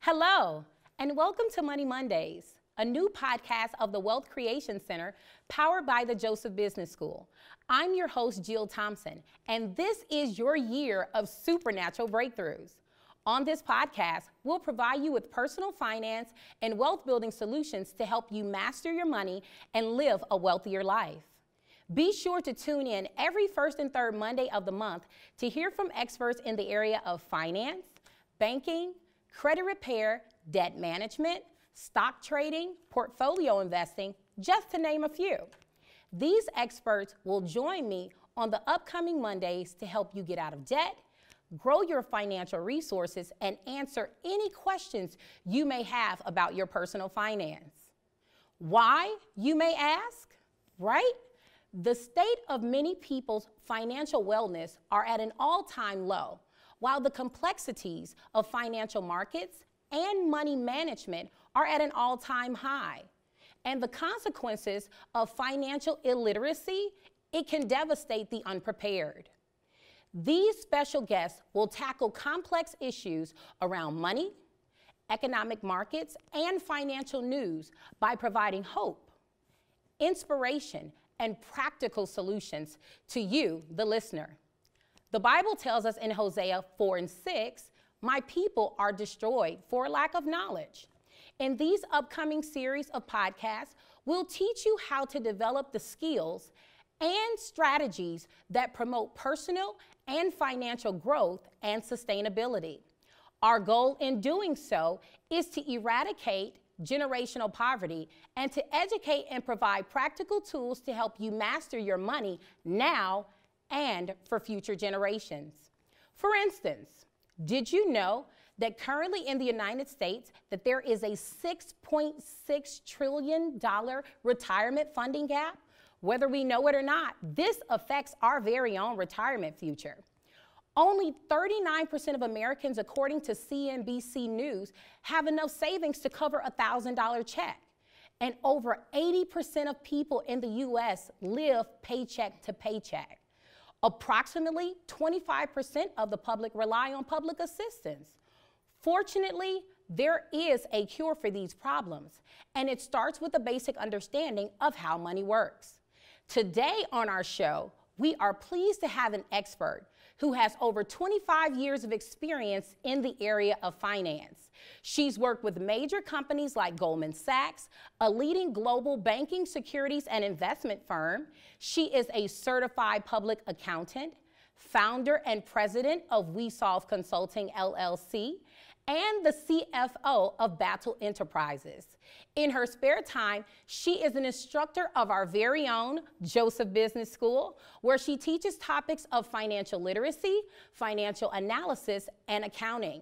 Hello, and welcome to Money Mondays, a new podcast of the Wealth Creation Center powered by the Joseph Business School. I'm your host, Jill Thompson, and this is your year of supernatural breakthroughs. On this podcast, we'll provide you with personal finance and wealth building solutions to help you master your money and live a wealthier life. Be sure to tune in every first and third Monday of the month to hear from experts in the area of finance, banking, credit repair, debt management, stock trading, portfolio investing, just to name a few. These experts will join me on the upcoming Mondays to help you get out of debt, grow your financial resources, and answer any questions you may have about your personal finance. Why, you may ask, right? The state of many people's financial wellness are at an all time low, while the complexities of financial markets and money management are at an all time high. And the consequences of financial illiteracy, it can devastate the unprepared. These special guests will tackle complex issues around money, economic markets, and financial news by providing hope, inspiration, and practical solutions to you, the listener. The Bible tells us in Hosea 4 and 6 My people are destroyed for lack of knowledge. In these upcoming series of podcasts, we'll teach you how to develop the skills and strategies that promote personal and financial growth and sustainability. Our goal in doing so is to eradicate generational poverty and to educate and provide practical tools to help you master your money now and for future generations. For instance, did you know that currently in the United States that there is a 6.6 trillion dollar retirement funding gap? Whether we know it or not, this affects our very own retirement future. Only 39% of Americans, according to CNBC News, have enough savings to cover a $1,000 check. And over 80% of people in the US live paycheck to paycheck. Approximately 25% of the public rely on public assistance. Fortunately, there is a cure for these problems, and it starts with a basic understanding of how money works. Today on our show, we are pleased to have an expert who has over 25 years of experience in the area of finance. She's worked with major companies like Goldman Sachs, a leading global banking, securities, and investment firm. She is a certified public accountant, founder and president of WeSolve Consulting LLC, and the CFO of Battle Enterprises. In her spare time, she is an instructor of our very own Joseph Business School, where she teaches topics of financial literacy, financial analysis, and accounting.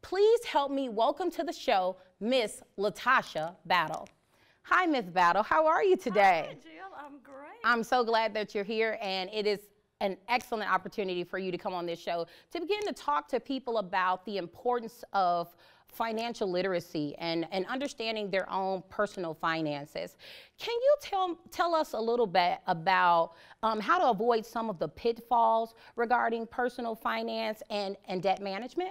Please help me welcome to the show Miss Latasha Battle. Hi, Miss Battle. How are you today? Hi, Jill. I'm great. I'm so glad that you're here, and it is an excellent opportunity for you to come on this show to begin to talk to people about the importance of financial literacy and, and understanding their own personal finances. Can you tell, tell us a little bit about um, how to avoid some of the pitfalls regarding personal finance and, and debt management?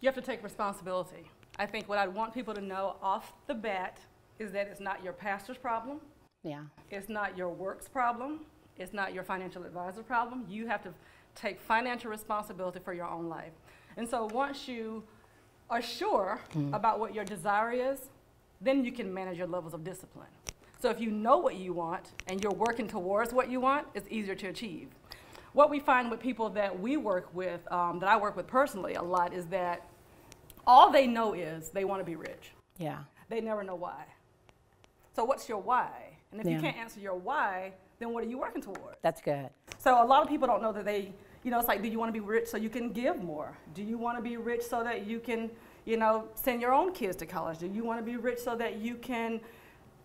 You have to take responsibility. I think what I want people to know off the bat is that it's not your pastor's problem, Yeah. it's not your work's problem, it's not your financial advisor problem. You have to take financial responsibility for your own life. And so once you are sure about what your desire is, then you can manage your levels of discipline. So if you know what you want and you're working towards what you want, it's easier to achieve. What we find with people that we work with, um, that I work with personally a lot, is that all they know is they want to be rich Yeah. they never know why. So what's your why? And if Yeah. you can't answer your why, then what are you working toward? That's good. So a lot of people don't know that they, you know, it's like, do you want to be rich so you can give more? Do you want to be rich so that you can, you know, send your own kids to college? Do you want to be rich so that you can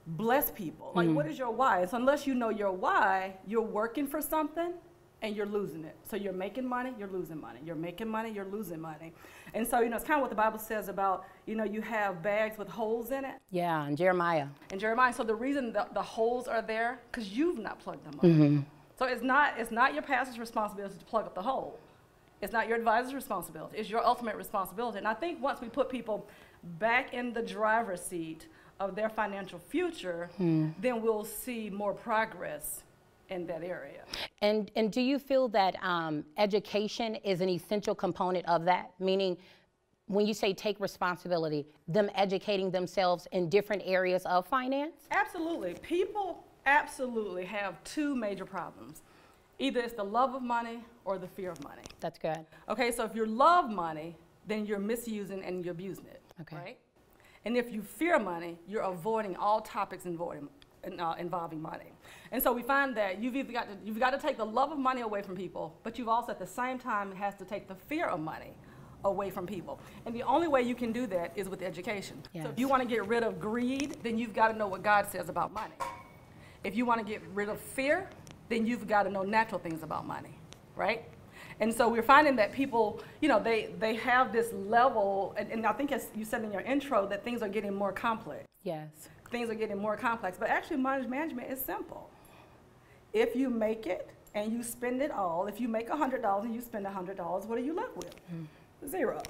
bless people? Like, what is your why? So unless you know your why, you're working for something and you're losing it. So you're making money, you're losing money. You're making money, you're losing money. And so, you know, it's kind of what the Bible says about, you know, you have bags with holes in it. Yeah. And Jeremiah. And Jeremiah, so the reason the, the holes are there, because you've not plugged them up. So it's not, it's not your pastor's responsibility to plug up the hole. It's not your advisor's responsibility. It's your ultimate responsibility. And I think once we put people back in the driver's seat of their financial future, then we'll see more progress in that area. And, and do you feel that um, education is an essential component of that? Meaning, when you say take responsibility, them educating themselves in different areas of finance? Absolutely. People absolutely have two major problems. Either it's the love of money or the fear of money. That's good. Okay, so if you love money, then you're misusing and you're abusing it. Okay. Right? And if you fear money, you're avoiding all topics involving, in- uh, involving money. And so we find that you've either got to, you've got to take the love of money away from people, but you've also at the same time has to take the fear of money away from people. And the only way you can do that is with education. So Yes. if you want to get rid of greed, then you've got to know what God says about money. If you want to get rid of fear, then you've got to know natural things about money, right? And so we're finding that people, you know, they, they have this level, and, and I think as you said in your intro, that things are getting more complex. Yes. Things are getting more complex, but actually money management is simple. If you make it and you spend it all, if you make $100 and you spend $100, what are you left with? Zero,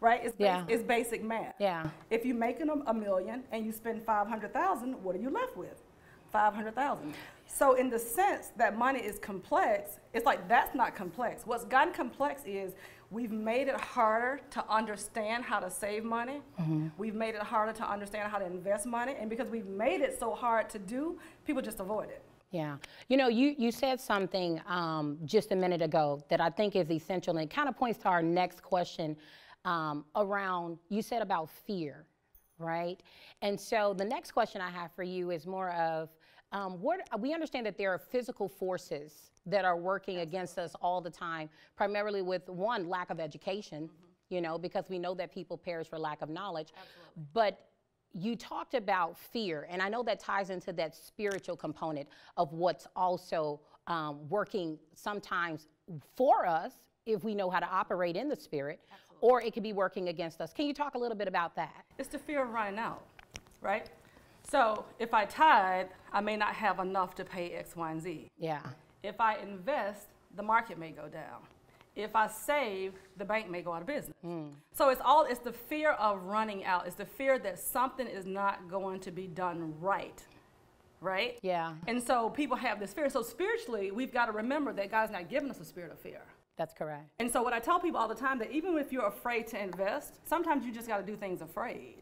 right? It's, bas- Mm. Yeah. it's basic math. Yeah. If you make an, a million and you spend 500,000, what are you left with? 500,000. So in the sense that money is complex, it's like that's not complex. What's gotten complex is we've made it harder to understand how to save money. We've made it harder to understand how to invest money, and because we've made it so hard to do, people just avoid it. Yeah. You know, you, you said something um, just a minute ago that I think is essential and it kind of points to our next question um, around, you said about fear, right? And so the next question I have for you is more of um, what we understand that there are physical forces that are working against us all the time, primarily with one, lack of education, you know, because we know that people perish for lack of knowledge. But you talked about fear, and I know that ties into that spiritual component of what's also um, working sometimes for us if we know how to operate in the spirit, or it could be working against us. Can you talk a little bit about that? It's the fear of running out, right? So if I tithe, I may not have enough to pay X, Y, and Z. Yeah, If I invest, the market may go down. If I save, the bank may go out of business. So it's all it's the fear of running out. It's the fear that something is not going to be done right. Right? Yeah. And so people have this fear. So spiritually, we've got to remember that God's not giving us a spirit of fear. that's correct. And so what I tell people all the time that even if you're afraid to invest, sometimes you just got to do things afraid.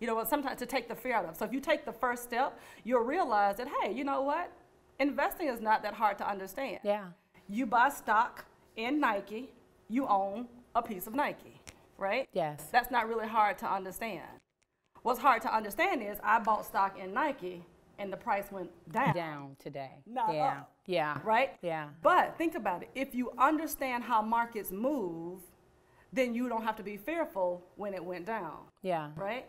You know what? Sometimes to take the fear out of. So if you take the first step, you'll realize that hey, you know what? Investing is not that hard to understand. Yeah, You buy stock in Nike, you own a piece of Nike, right? Yes. That's not really hard to understand. What's hard to understand is I bought stock in Nike and the price went down. down today. Not yeah, up. yeah, Right? Yeah. But think about it. If you understand how markets move, then you don't have to be fearful when it went down, yeah, right?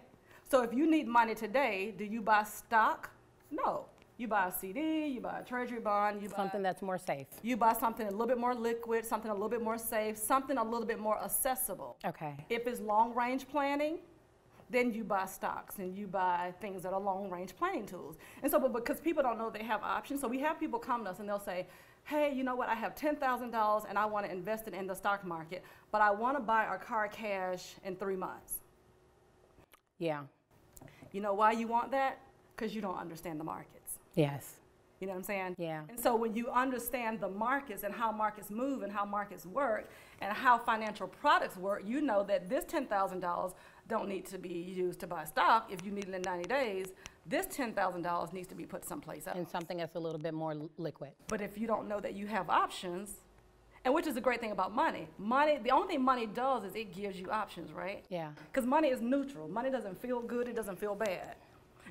So if you need money today, do you buy stock? No. You buy a CD, you buy a treasury bond, you buy something that's more safe. you buy something a little bit more liquid, something a little bit more safe, something a little bit more accessible. Okay. If it's long range planning, then you buy stocks and you buy things that are long range planning tools. And so, but because people don't know they have options, so we have people come to us and they'll say, hey, you know what, I have $10,000 and I want to invest it in the stock market, but I want to buy a car cash in three months. Yeah, You know why you want that? Because you don't understand the markets. yes, You know what I'm saying? Yeah. And so when you understand the markets and how markets move and how markets work and how financial products work, you know that this ten thousand dollars don't need to be used to buy stock if you need it in 90 days. This ten thousand dollars needs to be put someplace else. and something that's a little bit more li- liquid. But if you don't know that you have options, and which is the great thing about money, money the only thing money does is it gives you options, right? Yeah. Because money is neutral. Money doesn't feel good, it doesn't feel bad.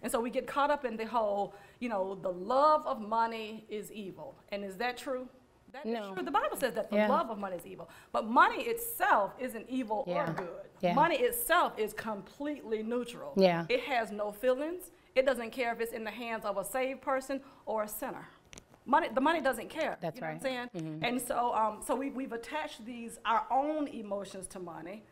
And so we get caught up in the whole, you know, the love of money is evil. And is that true? That is No. true. The Bible says that the Yeah. love of money is evil. But money itself isn't evil Yeah. or good. Yeah. Money itself is completely neutral. Yeah. It has no feelings. It doesn't care if it's in the hands of a saved person or a sinner. Money, the money doesn't care. That's you know right. Mm-hmm. What I'm saying? And so, um, so we, we've attached these our own emotions to money,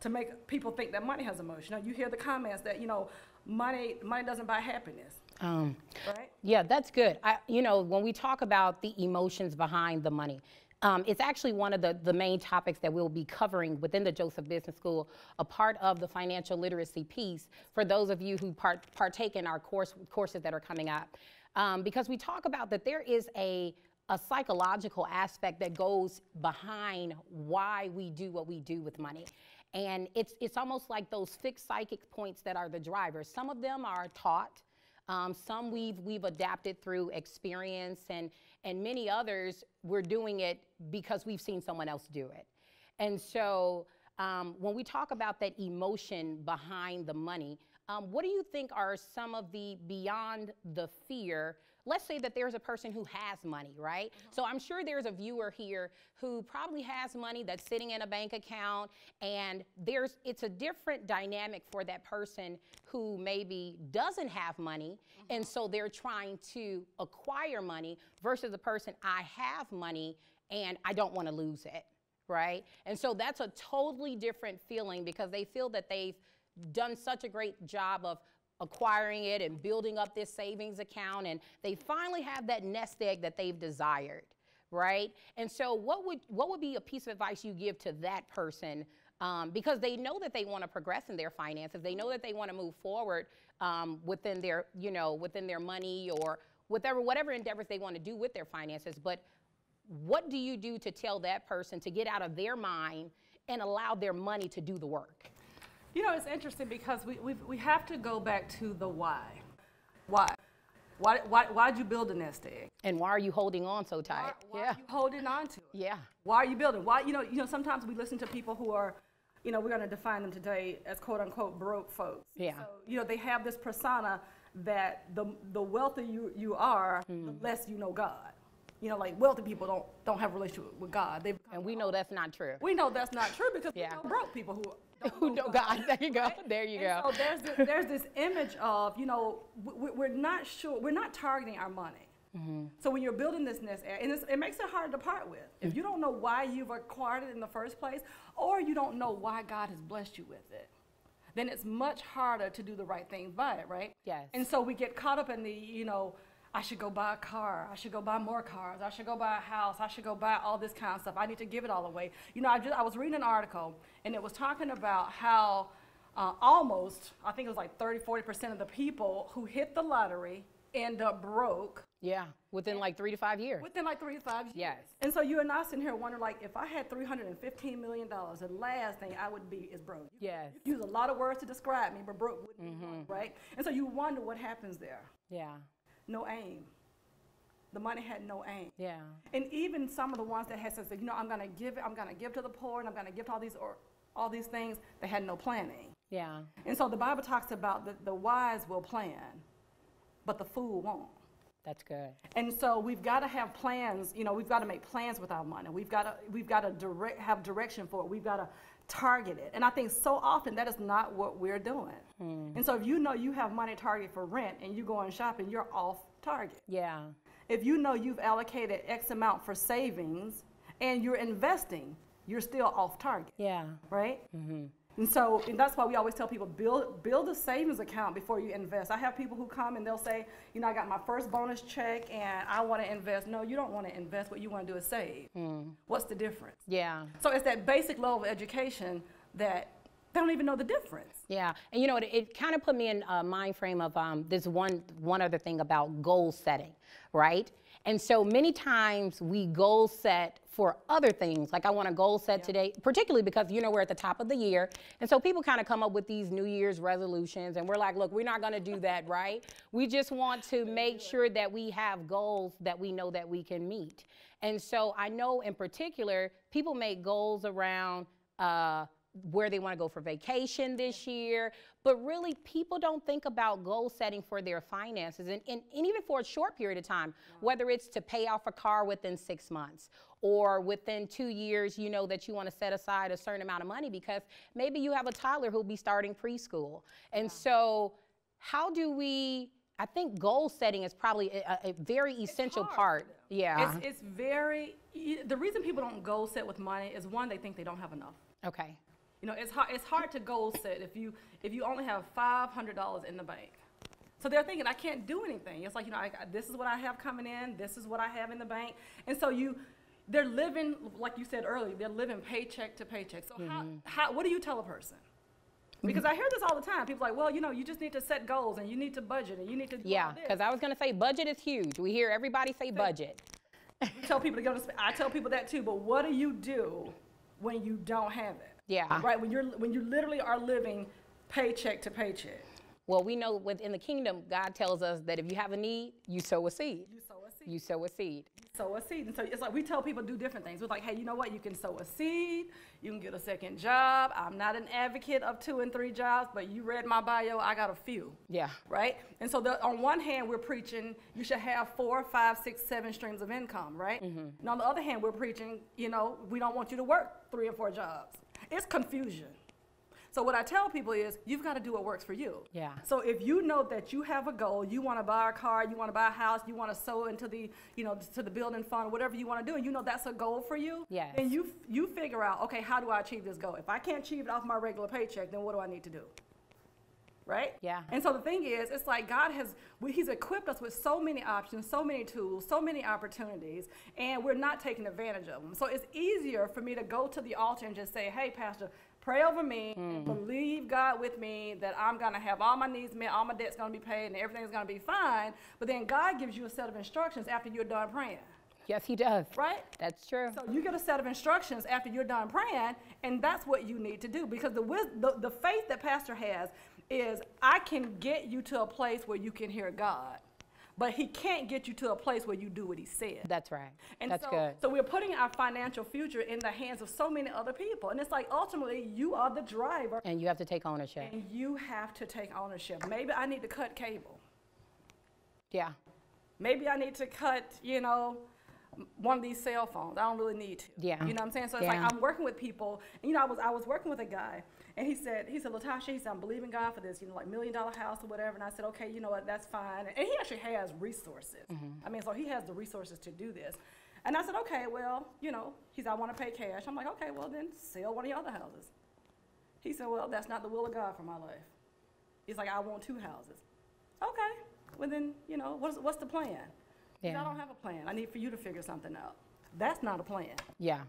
to make people think that money has emotion. Now you hear the comments that you know, money money doesn't buy happiness, Um, right? Yeah, that's good. I, you know, when we talk about the emotions behind the money, Um, it's actually one of the, the main topics that we'll be covering within the Joseph Business School, a part of the financial literacy piece for those of you who part, partake in our course courses that are coming up. Um, because we talk about that there is a a psychological aspect that goes behind why we do what we do with money. And it's, it's almost like those fixed psychic points that are the drivers. Some of them are taught, um, some we've, we've adapted through experience, and, and many others we're doing it because we've seen someone else do it. And so um, when we talk about that emotion behind the money, um, what do you think are some of the beyond the fear? Let's say that there's a person who has money, right? So I'm sure there's a viewer here who probably has money that's sitting in a bank account, and there's it's a different dynamic for that person who maybe doesn't have money, and so they're trying to acquire money versus the person I have money and I don't want to lose it, right? And so that's a totally different feeling because they feel that they've done such a great job of acquiring it and building up this savings account and they finally have that nest egg that they've desired right and so what would what would be a piece of advice you give to that person um, because they know that they want to progress in their finances they know that they want to move forward um, within their you know within their money or whatever whatever endeavors they want to do with their finances but what do you do to tell that person to get out of their mind and allow their money to do the work You know, it's interesting because we, we, we have to go back to the why. Why? Why, why, why'd you build a nest egg? and why are you holding on so Why, tight why yeah are you holding on to it? yeah Why are you building? Why, you know, you know, sometimes we listen to people who are, you know, we're going to define them today as quote unquote broke folks. Yeah. So, you know, they have this persona that the, the wealthier you, you are, Hmm. the less you know God. You know, like wealthy people don't, don't have a relationship with God. They And we know that's not true. we know that's not true because Yeah. we know broke people who don't Who know God. There you go. There you And go. So there's this, there's this image of you know we- we, we're not sure we're not targeting our money. Mm-hmm. So when you're building this nest egg, and it's, it makes it hard to part with. If you don't know why you've acquired it in the first place, or you don't know why God has blessed you with it, then it's much harder to do the right thing by it, right? Yes. And so we get caught up in the you know. I should go buy a car. I should go buy more cars. I should go buy a house. I should go buy all this kind of stuff. I need to give it all away. You know, I, just, I was reading an article and it was talking about how uh, almost, I think it was like 30, 40% of the people who hit the lottery end up broke Yeah, within like three to five years. within like three to five years. Yes. And so you and I sitting here wondering, like, if I had $315 million, the last thing I would be is broke. You Yes. could Use a lot of words to describe me, but broke wouldn't be one, right? And so you wonder what happens there. Yeah, No aim. The money had no aim. yeah, And even some of the ones that had said, you know, I'm going to give, I'm going to give to the poor, and I'm going to give to all these or all these things, they had no planning. yeah, And so the Bible talks about that the wise will plan, but the fool won't. that's good. And so we've got to have plans. You know, we've got to make plans with our money. We've got to we've got to direct have direction for it. We've got to target it. And I think so often that is not what we're doing. And so if you know you have money targeted for rent and you go and shopping, you're off target. Yeah, If you know you've allocated X amount for savings and you're investing, you're still off target yeah, right? And so, and that's why we always tell people build build a savings account before you invest. I have people who come and they'll say, you know, I got my first bonus check and I want to invest. No, you don't want to invest. What you want to do is save. What's the difference? yeah, So it's that basic level of education that they don't even know the difference. yeah. And you know, it, it kind of put me in a mind frame of um, this one one other thing about goal setting, right? And so many times we goal set for other things. Like I want a goal set today, particularly because you know we're at the top of the year, and so people kind of come up with these New Year's resolutions, and we're like, look, we're not going to do that, right? We just want to make sure that we have goals that we know that we can meet. And so I know in particular, people make goals around uh, where they want to go for vacation this year, but really people don't think about goal setting for their finances and, and, and even for a short period of time, whether it's to pay off a car within six months or within two years, you know that you want to set aside a certain amount of money because maybe you have a toddler who'll be starting preschool. And so, how do we? I think goal setting is probably a, a a very essential hard for part. them. Yeah. It's, it's very e- the reason people don't goal set with money is one they think they don't have enough. okay. You know, it's hard, it's hard to goal set if you, if you only have $500 in the bank. So they're thinking, I can't do anything. It's like, you know, I, this is what I have coming in, this is what I have in the bank. And so you, they're living, like you said earlier, they're living paycheck to paycheck. So how, how, what do you tell a person? Because I hear this all the time. People are like, well, you know, you just need to set goals and you need to budget and you need to. do all Yeah, this." because I was gonna say budget is huge. We hear everybody say budget. We tell people to go to sp- I tell people that too, but what do you do when you don't have it? Yeah. Right? When you're when you literally are living paycheck to paycheck. Well, we know within the kingdom, God tells us that if you have a need, you sow a seed. You sow a seed. You sow a seed. sow a seed. And so it's like we tell people do different things. We're like, hey, you know what? You can sow a seed. You can get a second job. I'm not an advocate of two and three jobs, but you read my bio. I got a few. Yeah. Right? And so the, on one hand, we're preaching you should have four, five, six, seven streams of income, right? Mm-hmm. And on the other hand, we're preaching, you know, we don't want you to work three or four jobs. It's confusion. So what I tell people is you've got to do what works for you. Yeah. So if you know that you have a goal, you want to buy a car, you want to buy a house, you want to sow into the, you know, to the building fund, whatever you want to do, and you know that's a goal for you. Yes. Then you you figure out, okay, how do I achieve this goal? If I can't achieve it off my regular paycheck, then what do I need to do? Right? Yeah. And so the thing is, it's like God has we- He's equipped us with so many options, so many tools, so many opportunities, and we're not taking advantage of them. So it's easier for me to go to the altar and just say, "Hey, Pastor." Pray over me and believe God with me that I'm gonna have all my needs met, all my debts gonna be paid, and everything's gonna be fine. But then God gives you a set of instructions after you're done praying, Yes, He does. right? That's true. So you get a set of instructions after you're done praying, and that's what you need to do because the wis- the, the faith that pastor has is I can get you to a place where you can hear God, but he can't get you to a place where you do what he said. That's right. And That's so, good. so we're putting our financial future in the hands of so many other people, and it's like ultimately you are the driver, And you have to take ownership. and you have to take ownership. Maybe I need to cut cable. Yeah. maybe I need to cut, you know, m- one of these cell phones. I don't really need to. Yeah. You know what I'm saying? So it's Yeah. like I'm working with people. And, you know, I was I was working with a guy, and he said he said Latasha, he said I'm believing God for this, you know, like million dollar house or whatever. And I said, okay, you know what? That's fine. And he actually has resources. Mm-hmm. I mean, so he has the resources to do this. And I said, okay, well, you know, he's I want to pay cash. I'm like, okay, well then sell one of your other houses. He said, well, that's not the will of God for my life. He's like, I want two houses. Okay, well then, you know, what's, what's the plan? He's, Yeah. I don't have a plan. I need for you to figure something out. That's not a plan. Yeah.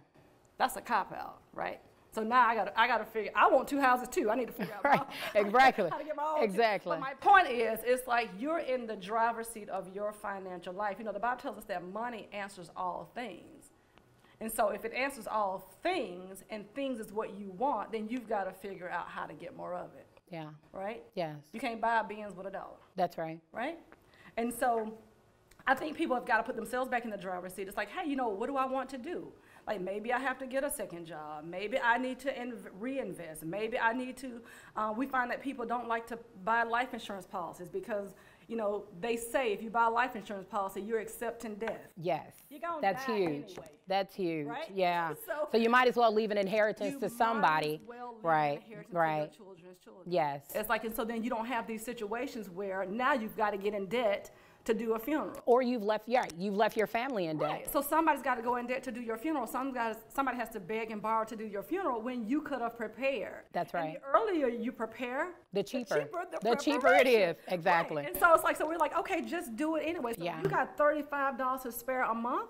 That's a cop out, right? So now I gotta, I gotta figure, I want two houses too. I need to figure out Right. Exactly. how to get my own. two. Exactly. But my point is, it's like you're in the driver's seat of your financial life. You know, the Bible tells us that money answers all things. And so if it answers all things and things is what you want, then you've gotta figure out how to get more of it, Yeah. right? Yes. You can't buy beans with a dollar That's right. right? And so I think people have got to put themselves back in the driver's seat. It's like, hey, you know, what do I want to do? Like maybe I have to get a second job. Maybe I need to inv- reinvest. Maybe I need to. Uh, we find that people don't like to buy life insurance policies because you know they say if you buy a life insurance policy, you're accepting death. Yes. You're gonna That's die huge. anyway, That's huge. right? Yeah. So- So, you might as well leave an inheritance You might to as somebody. well leave an right. inheritance to your Right. children's children. Yes. It's like, and so then you don't have these situations where now you've got to get in debt to do a funeral. Or you've left. Yeah. You've left your family in debt. Right. So somebody's got to go in debt to do your funeral. Some guys, somebody has to beg and borrow to do your funeral when you could have prepared. That's And right. the earlier you prepare, The cheaper. the cheaper, the The cheaper it preparation. is. Exactly. Right. And so it's like, so we're like, okay, just do it anyway. So if Yeah. you got thirty-five dollars to spare a month,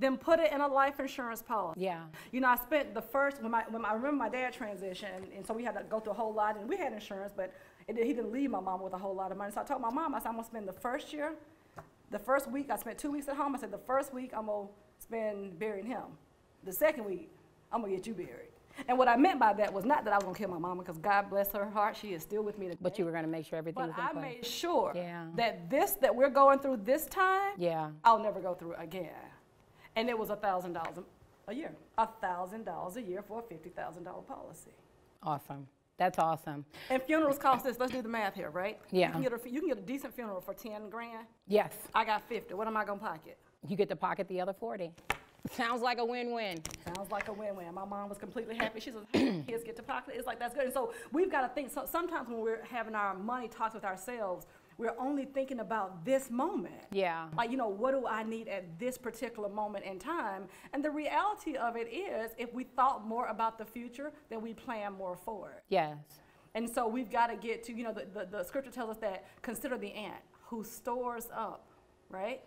then put it in a life insurance policy. Yeah. You know, I spent the first when my when I remember my dad transitioned, and so we had to go through a whole lot, and we had insurance, but it, didn't- he didn't leave my mom with a whole lot of money. So I told my mom, I said, I'm gonna spend the first year, the first week. I spent two weeks at home. I said, the first week I'm gonna spend burying him. The second week, I'm gonna get you buried. And what I meant by that was not that I was gonna kill my mama, because God bless her heart, she is still with me today. But you were going to make sure everything But was in I place. made sure Yeah. that this that we're going through this time, Yeah. I'll never go through again. And it was a thousand dollars a year, a thousand dollars a year for a fifty thousand dollar policy. Awesome. That's awesome. And funerals cost this. Let's do the math here, right? Yeah. You can get a, you can get a decent funeral for ten grand. Yes. I got fifty. What am I gonna pocket? You get to pocket the other 40. Sounds like a win-win. Sounds like a win-win. My mom was completely happy. She says, hey, kids get to pocket. It's like, that's good. And so we've got to think, so sometimes when we're having our money talks with ourselves, we're only thinking about this moment. Yeah. Like, you know, what do I need at this particular moment in time? And the reality of it is, if we thought more about the future, then we plan more for it. Yes. And so we've got to get to, you know, the, the, the scripture tells us that consider the ant who stores up, right?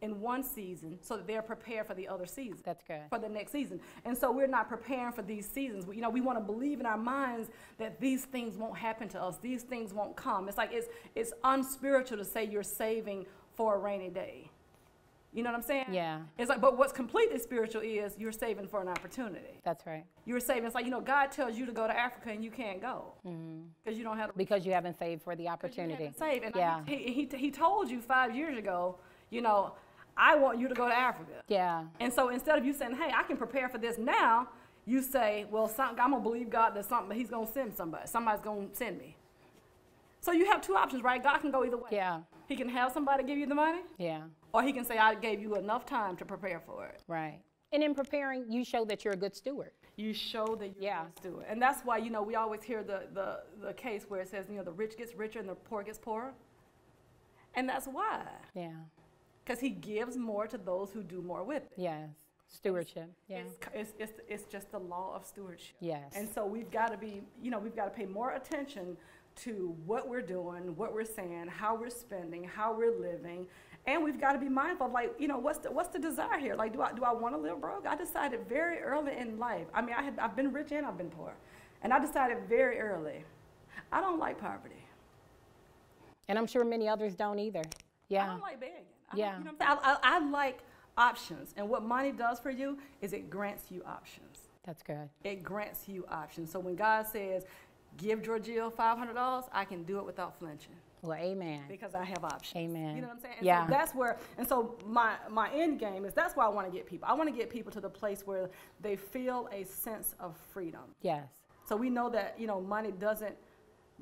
in one season so that they're prepared for the other season. That's good. For the next season. And so we're not preparing for these seasons. We, you know, we want to believe in our minds that these things won't happen to us. These things won't come. It's like it's it's unspiritual to say you're saving for a rainy day. You know what I'm saying? Yeah. It's like, but what's completely spiritual is you're saving for an opportunity. That's right. You're saving. It's like, you know, God tells you to go to Africa and you can't go because you don't have the Mm-hmm. Because you haven't saved for the opportunity. opportunity. Save. And I- Yeah. he, he, he told you five years ago, you know, I want you to go to Africa. Yeah. And so instead of you saying, hey, I can prepare for this now, you say, well, some, I'm going to believe God that something, he's going to send somebody. Somebody's going to send me. So you have two options, right? God can go either way. Yeah. He can have somebody give you the money, Yeah. or he can say, I gave you enough time to prepare for it. Right. And in preparing, you show that you're a good steward. You show that you're Yeah. yeah. to do it. And that's why, you know, we always hear the, the, the case where it says, you know, the rich gets richer and the poor gets poorer. And that's why, Yeah. because he gives more to those who do more with it. Yes. Stewardship. Yeah. It's, c- it's, it's, it's just the law of stewardship. Yes. And so we've got to be, you know, we've got to pay more attention to what we're doing, what we're saying, how we're spending, how we're living. And we've got to be mindful of like, you know, what's the, what's the desire here? Like, do I, do I want to live broke? I decided very early in life. I mean, I had, I've been rich and I've been poor. And I decided very early, I don't like poverty. And I'm sure many others don't either. I Yeah. don't like begging. I Yeah. Don't, you know what I'm saying? I, I, I like options. And what money does for you is it grants you options. That's good. it grants you options. So when God says, give Georgio $500, I can do it without flinching Well, amen. because I have options. Amen. You know what I'm saying? And so Yeah. that's where, and so my, my end game is that's why I want to get people. I want to get people to the place where they feel a sense of freedom. yes. So we know that, you know, money doesn't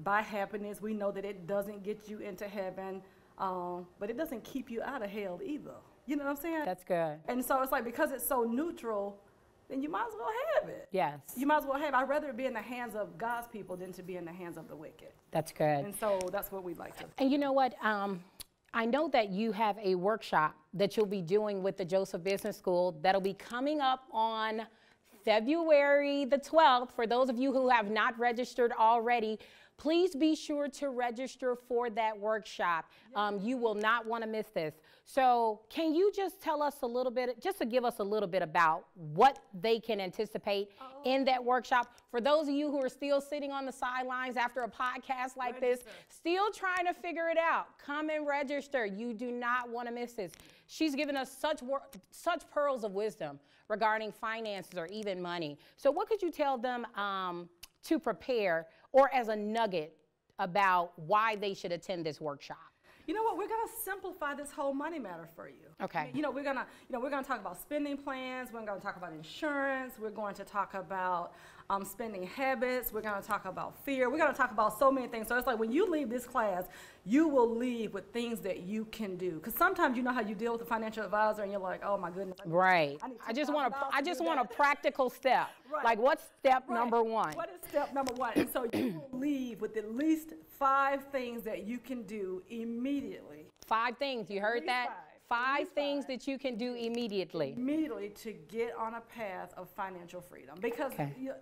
buy happiness. We know that it doesn't get you into heaven, um, but it doesn't keep you out of hell either. You know what I'm saying? That's good. and so it's like because it's so neutral, then you might as well have it. Yes. You might as well have. I'd rather it be in the hands of God's people than to be in the hands of the wicked. That's good. And so that's what we'd like to. And you know what? Um, I know that you have a workshop that you'll be doing with the Joseph Business School that'll be coming up on February the 12th. For those of you who have not registered already, please be sure to register for that workshop. Um, you will not want to miss this. So, can you just tell us a little bit, just to give us a little bit about what they can anticipate in that workshop? For those of you who are still sitting on the sidelines after a podcast like this, still trying to figure it out, come and register. You do not want to miss this. She's given us such wor- such pearls of wisdom regarding finances or even money. So, what could you tell them um, to prepare, or as a nugget about why they should attend this workshop? You know what? We're gonna simplify this whole money matter for you. Okay. I mean, You know, we're gonna, you know, we're gonna talk about spending plans. We're gonna talk about insurance. We're going to talk about um, spending habits. We're gonna talk about fear. We're gonna talk about so many things. So it's like when you leave this class, you will leave with things that you can do. Because sometimes you know how you deal with a financial advisor, and you're like, oh my goodness. I need- Right. I need I just want a, $10,000 I to just do want a that. practical step. Right. Like what's step Right. number one? What is step number one? And so you will leave with at least five things that you can do immediately, Five things. You heard least that? five. At least things five. that you can do immediately. immediately to get on a path of financial freedom. Because Okay. you,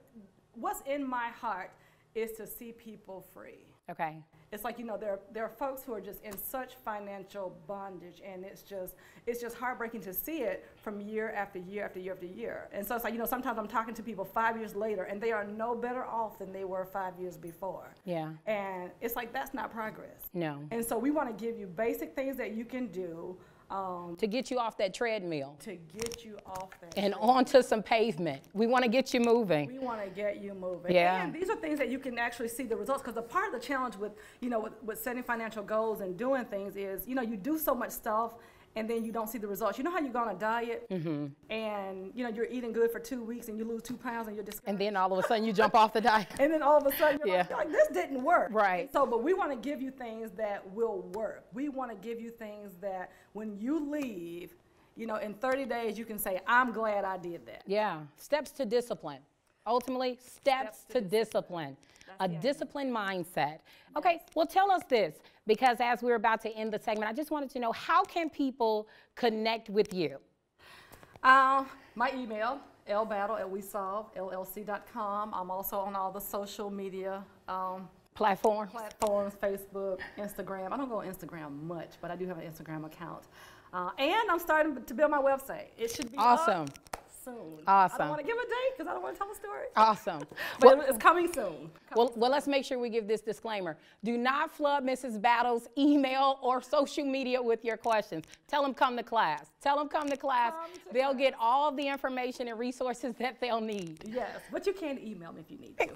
what's in my heart is to see people free. Okay. It's like you know there there are folks who are just in such financial bondage, and it's just it's just heartbreaking to see it from year after year after year after year. And so it's like you know sometimes I'm talking to people five years later, and they are no better off than they were five years before. Yeah. And it's like, that's not progress. No. And so we want to give you basic things that you can do um, To get you off that treadmill to get you off that. and track. onto some pavement. We want to get you moving. we want to get you moving. Yeah. And these are things that you can actually see the results because the part of the challenge with, you know, with, with setting financial goals and doing things is, you know, you do so much stuff and then you don't see the results. You know how you go on a diet Mm-hmm. and, you know, you're eating good for two weeks and you lose two pounds and you're discouraged. And then all of a sudden you jump off the diet. And then all of a sudden, you're, like, Yeah. you're like, this didn't work. Right. So, but we want to give you things that will work. We want to give you things that when you leave, you know, in 30 days, you can say, I'm glad I did that. Yeah. Steps to discipline. Ultimately, steps, to, discipline. A disciplined mindset. Okay, well, tell us this because as we're about to end the segment, I just wanted to know how can people connect with you? Um, my email, lbattle at wesolvellc.com. I'm also on all the social media um, Platforms. platforms Facebook, Instagram. I don't go on Instagram much, but I do have an Instagram account. Uh, and I'm starting to build my website. It should be up Awesome. soon. I Awesome. Uh, don't want to give a date because I don't want to tell a story. Awesome. but it's coming soon. Well, well, let's make sure we give this disclaimer. Do not flood Mrs. Battles' email or social media with your questions. Tell them come to class. Tell them come to class. Come to they'll get all the information and resources that they'll need. Yes, but you can email me if you need to.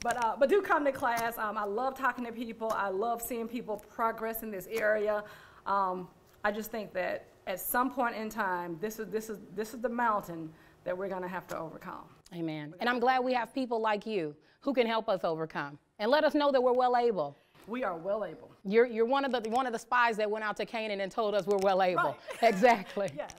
But, uh, but do come to class. Um, I love talking to people. I love seeing people progress in this area. Um, I just think that at some point in time, this is, this is, this is the mountain that we're going to have to overcome. Amen. And I'm glad we have people like you who can help us overcome and let us know that we're well able. We are well able. You're, you're one, of the, one of the spies that went out to Canaan and told us we're well able. Exactly. Yes,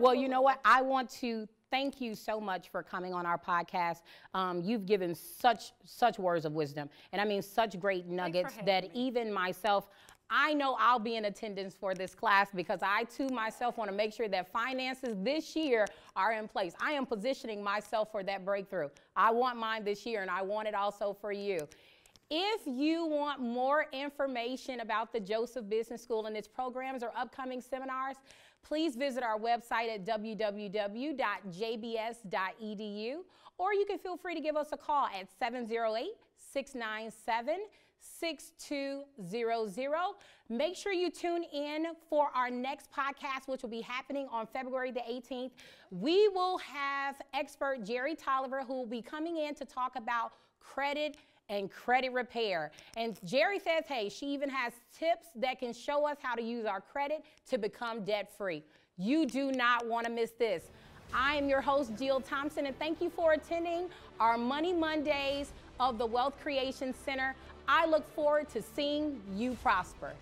Well, you know what? I want to thank you so much for coming on our podcast. Um, you've given such, such words of wisdom. And I mean, such great nuggets that even myself, I know I'll be in attendance for this class because I too myself want to make sure that finances this year are in place. I am positioning myself for that breakthrough. I want mine this year and I want it also for you. If you want more information about the Joseph Business School and its programs or upcoming seminars, please visit our website at www.jbs.edu E or you can feel free to give us a call at 708 697 6200. Make sure you tune in for our next podcast, which will be happening on February the 18th. We will have expert Jerry Tolliver who will be coming in to talk about credit and credit repair. And Jerry says, hey, she even has tips that can show us how to use our credit to become debt free. You do not want to miss this. I am your host, Jill Thompson, and thank you for attending our Money Mondays of the Wealth Creation Center. I look forward to seeing you prosper.